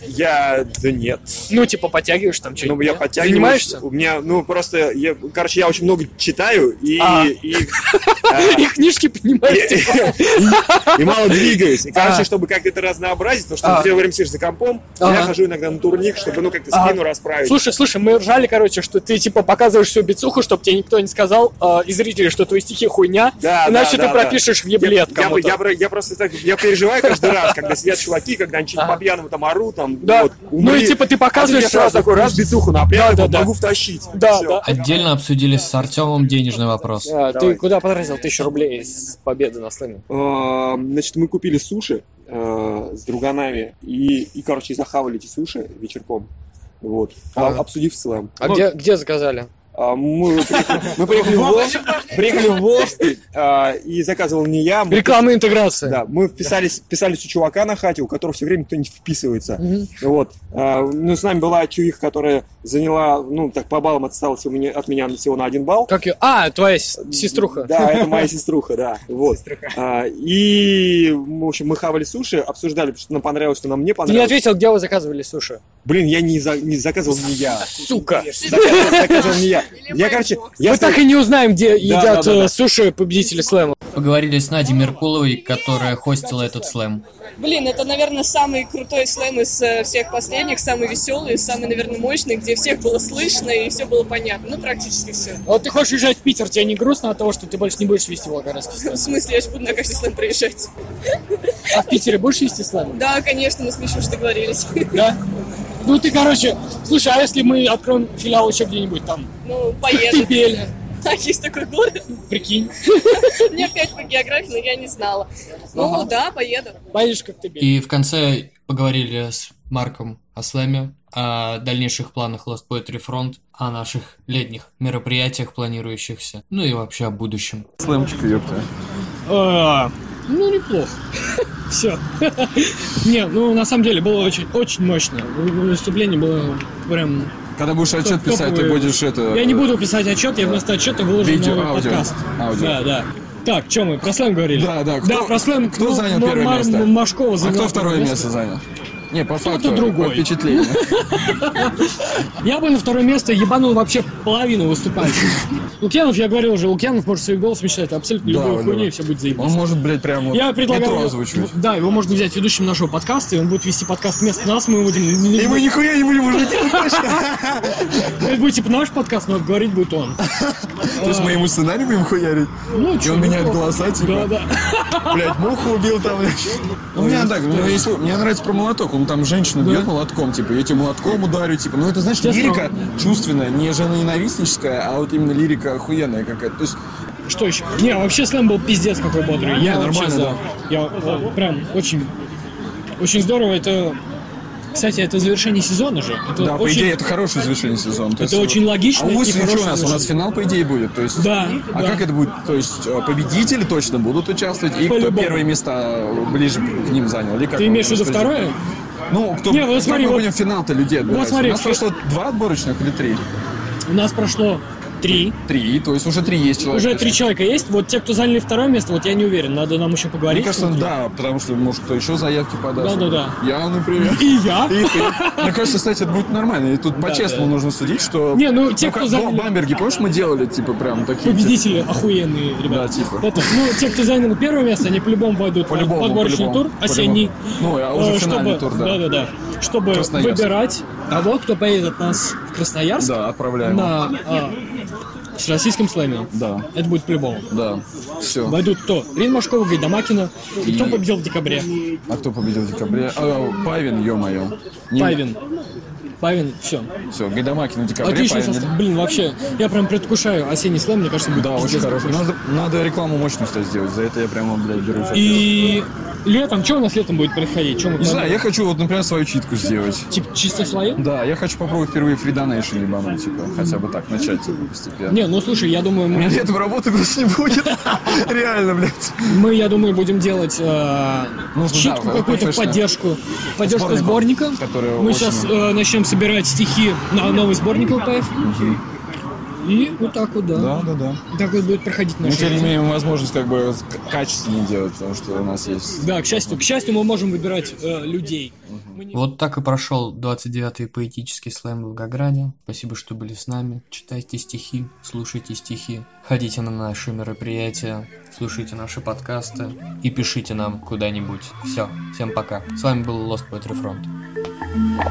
Speaker 8: Я... Да нет.
Speaker 4: Ну, типа, подтягиваешь там что-нибудь?
Speaker 8: Ну, я
Speaker 4: нет?
Speaker 8: подтягиваюсь.
Speaker 4: Занимаешься?
Speaker 8: У меня, ну, просто, я, короче, я очень много читаю и... И, э,
Speaker 4: И А. книжки понимаешь,
Speaker 8: и- и мало двигаюсь. И, короче,
Speaker 4: А.
Speaker 8: чтобы как-то это разнообразить, потому что
Speaker 4: А.
Speaker 8: ты все время сидишь за компом, я
Speaker 4: Ага.
Speaker 8: хожу иногда на турник, чтобы, ну, как-то
Speaker 4: А,
Speaker 8: спину расправить.
Speaker 4: Слушай, слушай, мы ржали, короче, что ты типа показываешь всю бицуху, чтобы тебе никто не сказал э, и зрители, что твои стихи хуйня,
Speaker 8: Да,
Speaker 4: иначе
Speaker 8: да,
Speaker 4: ты
Speaker 8: да,
Speaker 4: пропишешь
Speaker 8: да.
Speaker 4: в еблет
Speaker 8: я, я,
Speaker 4: кому-то.
Speaker 8: я про- я просто так, я переживаю каждый раз, когда сидят чуваки, когда они что-то по-пьяному там орут, там,
Speaker 4: Да.
Speaker 8: вот,
Speaker 4: Ну
Speaker 8: умри.
Speaker 4: и типа ты
Speaker 8: А тут я
Speaker 4: показываешь
Speaker 8: сразу
Speaker 4: сразу.
Speaker 8: такой раз бицуху напряг,
Speaker 4: Да, да, да.
Speaker 8: могу втащить.
Speaker 4: Да,
Speaker 8: Всё.
Speaker 4: да.
Speaker 1: Отдельно обсудили с Артемом денежный вопрос.
Speaker 4: А, ты куда потратил тысячу рублей с победы на слэме?
Speaker 8: Э, Значит, мы купили суши э, с друганами и, и, короче, захавали эти суши вечерком. Вот. А-
Speaker 4: Ага.
Speaker 8: Обсудив слэм.
Speaker 4: А
Speaker 8: Ну,
Speaker 4: где, где заказали?
Speaker 8: А, Мы приехали, мы приехали в Волжск, приехали в Волжск, а, и заказывал не я. Рекламная интеграция. Да, мы вписались, вписались у чувака на хате, у которого все время кто-нибудь вписывается.
Speaker 15: Мгм.
Speaker 8: Вот. А, Ну, с нами была чувиха, которая заняла, ну, так по баллам отсталась у меня- от меня всего на один балл. Как ее? А, твоя сеструха. Да, это моя сеструха, да. Вот. А, И, в общем, мы хавали суши, обсуждали, что нам понравилось, что нам не
Speaker 16: Ты не
Speaker 8: понравилось.
Speaker 16: ответил, где вы заказывали суши.
Speaker 8: Блин, я не, за- не заказывал не я.
Speaker 16: Сука!
Speaker 8: Заказывал, заказывал не я. Я, короче, я
Speaker 16: Мы
Speaker 8: сказал-
Speaker 16: так и не узнаем, где едят
Speaker 1: да, да.
Speaker 16: э, суши победители слэма.
Speaker 1: Поговорили с Надей Меркуловой, которая хостила этот слэм.
Speaker 10: Блин, это, наверное, самый крутой слэм из э, всех последних, самый веселый, самый, наверное, мощный, где всех было слышно и все было понятно. Ну, практически все.
Speaker 4: А Вот ты хочешь уезжать в Питер, тебе не грустно от того, что ты больше не будешь вести волгоградский
Speaker 10: В
Speaker 4: слэм?
Speaker 10: смысле, я же буду на каждый слэм приезжать.
Speaker 4: А в Питере будешь вести слэм?
Speaker 10: Да, конечно, мы с Мишей уже договорились.
Speaker 4: Да? Ну ты, короче, слушай, а если мы откроем филиал еще где-нибудь там?
Speaker 10: Ну, поеду.
Speaker 4: Коктебель.
Speaker 10: Так, есть такой город.
Speaker 4: Прикинь.
Speaker 10: Мне опять по географии, но я не знала.
Speaker 1: Ага.
Speaker 10: Ну, да, поеду.
Speaker 4: Поедешь как ты
Speaker 1: И в конце поговорили с Марком о слэме, о дальнейших планах Lost Poetry Front, о наших летних мероприятиях, планирующихся, ну и вообще о будущем.
Speaker 2: Слэмчик, ёпта.
Speaker 4: Ну, неплохо. Все. Не, ну на самом деле было очень, очень мощно. Вы- Выступление было прям.
Speaker 2: Когда будешь отчет
Speaker 4: топ-
Speaker 2: писать, ты
Speaker 4: топовое.
Speaker 2: будешь это- э,
Speaker 4: Я не буду писать отчет, я вместо отчета выложу
Speaker 2: Видео,
Speaker 4: новый
Speaker 2: аудио.
Speaker 4: подкаст.
Speaker 2: Аудио.
Speaker 4: Да, да. Так, что мы, про слэм говорили? Да, да. да,
Speaker 2: А кто-
Speaker 4: про слэм.
Speaker 2: кто
Speaker 4: ну,
Speaker 2: занял
Speaker 4: Ма-
Speaker 2: первое
Speaker 4: Ма-
Speaker 2: место?
Speaker 4: Машкова
Speaker 2: А
Speaker 4: заняла
Speaker 2: кто второе
Speaker 4: первое
Speaker 2: место занял? Не, по
Speaker 4: Кто-то
Speaker 2: факту,
Speaker 4: другой.
Speaker 2: по впечатлению.
Speaker 4: Я бы на второе место ебанул вообще половину выступающих. Лукьянов, я говорил уже, Лукьянов может свой голос мечтать, абсолютно любую
Speaker 2: да.
Speaker 4: хуйню, и все будет заебись.
Speaker 2: Он может, блядь, прям вот
Speaker 4: Я предлагаю...
Speaker 2: метро озвучивать.
Speaker 4: Да, его можно взять ведущим нашего подкаста, и он будет вести подкаст вместо нас, мы будем... И
Speaker 2: мы нихуя не будем уже делать,
Speaker 4: Это будет типа наш подкаст, но говорить будет он.
Speaker 2: То есть мы ему сценарий будем хуярить?
Speaker 4: Ну,
Speaker 2: И он меняет голоса, типа.
Speaker 4: Да,
Speaker 2: да. Блядь, муху убил там. Ну, мне так, ну, если- мне нравится про молоток, он там женщину бьет молотком, типа, я тебе молотком ударю, типа, ну это, знаешь,
Speaker 4: Честно?
Speaker 2: лирика чувственная, не женоненавистническая, а вот именно лирика охуенная какая-то, то есть...
Speaker 4: Что еще? Не, вообще слэм был пиздец какой бодрый.
Speaker 2: Не,
Speaker 4: Я
Speaker 2: нормально,
Speaker 4: вообще за.
Speaker 2: да.
Speaker 4: Я э, прям очень, очень здорово. Это, кстати, это завершение сезона же. Это
Speaker 2: да, по
Speaker 4: очень-
Speaker 2: идее, это хорошее завершение сезона. то
Speaker 4: Это очень логично
Speaker 2: А
Speaker 4: и
Speaker 2: вот смотри, что у
Speaker 4: хорошее
Speaker 2: нас? У нас
Speaker 4: завершение.
Speaker 2: финал, по идее, будет. То есть,
Speaker 4: Да,
Speaker 2: А
Speaker 4: да.
Speaker 2: как это будет? То есть э, победители точно будут участвовать, и кто первые места э, ближе к ним занял? Или как
Speaker 4: Ты
Speaker 2: он
Speaker 4: имеешь в виду
Speaker 2: распределен?
Speaker 4: второе?
Speaker 2: Ну, кто,
Speaker 4: Не, вот
Speaker 2: кто
Speaker 4: смотри,
Speaker 2: мы
Speaker 4: вот-
Speaker 2: будем в финал-то людей отбирать?
Speaker 4: смотри,
Speaker 2: У нас
Speaker 4: что-
Speaker 2: прошло два отборочных или три?
Speaker 4: У нас прошло три.
Speaker 2: Три, то есть уже три есть человека.
Speaker 4: Уже три человека есть. Вот те, кто заняли второе место, вот я не уверен. Надо нам еще
Speaker 2: Мне
Speaker 4: поговорить.
Speaker 2: кажется,
Speaker 4: внутри.
Speaker 2: да, потому что, может, кто еще заявки подаст.
Speaker 4: Да-да-да.
Speaker 2: Я, например.
Speaker 4: И я.
Speaker 2: И ты. Мне кажется, кстати, это будет нормально. И тут по-честному нужно судить, что...
Speaker 4: Не, ну, те, кто
Speaker 2: как
Speaker 4: заняли-
Speaker 2: Бамберги, помнишь, мы делали, типа, прям такие... типа,
Speaker 4: Победители охуенные, ребята. Это, ну, те, кто занял первое место, они по-любому войдут
Speaker 2: По-любому,
Speaker 4: в подборочный
Speaker 2: по-любому,
Speaker 4: тур
Speaker 2: по-любому.
Speaker 4: осенний.
Speaker 2: Ну, а уже
Speaker 4: э,
Speaker 2: финальный тур, да.
Speaker 4: Да, да, Чтобы
Speaker 2: Красноярск.
Speaker 4: выбирать того, А кто поедет от нас в Красноярск.
Speaker 2: Да, отправляем.
Speaker 4: На, а, с российским слэмом.
Speaker 2: Да.
Speaker 4: Это будет по-любому.
Speaker 2: Да. Все.
Speaker 4: Войдут кто? Рин Машкова, Гайдамакина. И кто
Speaker 2: И-
Speaker 4: победил в декабре?
Speaker 2: А кто победил в декабре? А, Павин, ё-моё. Не-
Speaker 4: Павин. Павин, все.
Speaker 2: Все, Гайдамакин в декабре,
Speaker 4: Отличный
Speaker 2: Павин не-
Speaker 4: состав. Блин, вообще, я прям предвкушаю осенний слэм, мне кажется, будет
Speaker 2: Да, очень
Speaker 4: пиздец
Speaker 2: хороший.
Speaker 4: какой.
Speaker 2: Надо, надо рекламу мощную кстати, сделать, за это я прямо, блядь, беру. за дело.
Speaker 4: И летом, что у нас летом будет происходить? Чё мы
Speaker 2: Не знаю,
Speaker 4: планируем?
Speaker 2: я хочу вот, например, свою читку сделать.
Speaker 4: Типа чисто свою?
Speaker 2: Да, я хочу попробовать впервые фридонейшн ебануть, типа, хотя бы так, начать типа, постепенно.
Speaker 4: Не, ну слушай, я думаю,
Speaker 2: У
Speaker 4: мы...
Speaker 2: меня летом работы просто не будет. Реально, блядь.
Speaker 4: Мы, я думаю, будем делать э,
Speaker 2: Нужно,
Speaker 4: щитку
Speaker 2: да,
Speaker 4: какую-то в
Speaker 2: конечно.
Speaker 4: поддержку. Поддержку
Speaker 2: Сборник,
Speaker 4: сборника.
Speaker 2: который
Speaker 4: Мы
Speaker 2: очень-
Speaker 4: сейчас начнем собирать стихи на новый сборник ЛПФ. И вот так вот, да.
Speaker 2: Да, да, да.
Speaker 4: Так вот будет проходить
Speaker 2: Мы
Speaker 4: наш
Speaker 2: теперь
Speaker 4: жизнь.
Speaker 2: имеем возможность как бы к- качественнее делать, потому что у нас есть...
Speaker 4: Да, к счастью, к счастью, мы можем выбирать э, людей.
Speaker 1: Вот так и прошел 29-й поэтический слэм в Волгограде. Спасибо, что были с нами. Читайте стихи, слушайте стихи, ходите на наши мероприятия, слушайте наши подкасты и пишите нам куда-нибудь. Все, всем пока. С вами был Lost Poetry Front.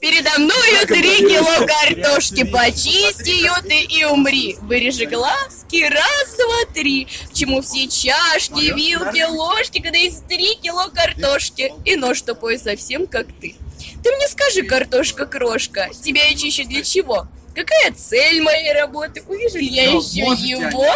Speaker 3: Передо мною три кило картошки, почисти ее ты и умри. Вырежи глазки, раз, два, три, к чему все чашки, вилки, ложки, когда есть три кило картошки и нож тупой совсем как ты. Ты мне скажи, картошка-крошка, тебя я чищу для чего?
Speaker 10: Какая цель моей работы? Увижу ли я
Speaker 3: Ну,
Speaker 10: еще
Speaker 3: можете
Speaker 10: его?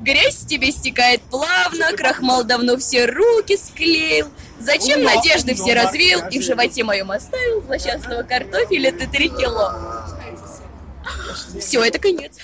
Speaker 10: Грязь с тебя стекает плавно, крахмал давно все руки склеил. Зачем
Speaker 3: Ну, а,
Speaker 10: надежды
Speaker 3: ну,
Speaker 10: все
Speaker 3: да,
Speaker 10: развеял и
Speaker 3: скажи.
Speaker 10: в животе моем
Speaker 3: ну,
Speaker 10: оставил злосчастного картофеля ты три кило? Все, это конец.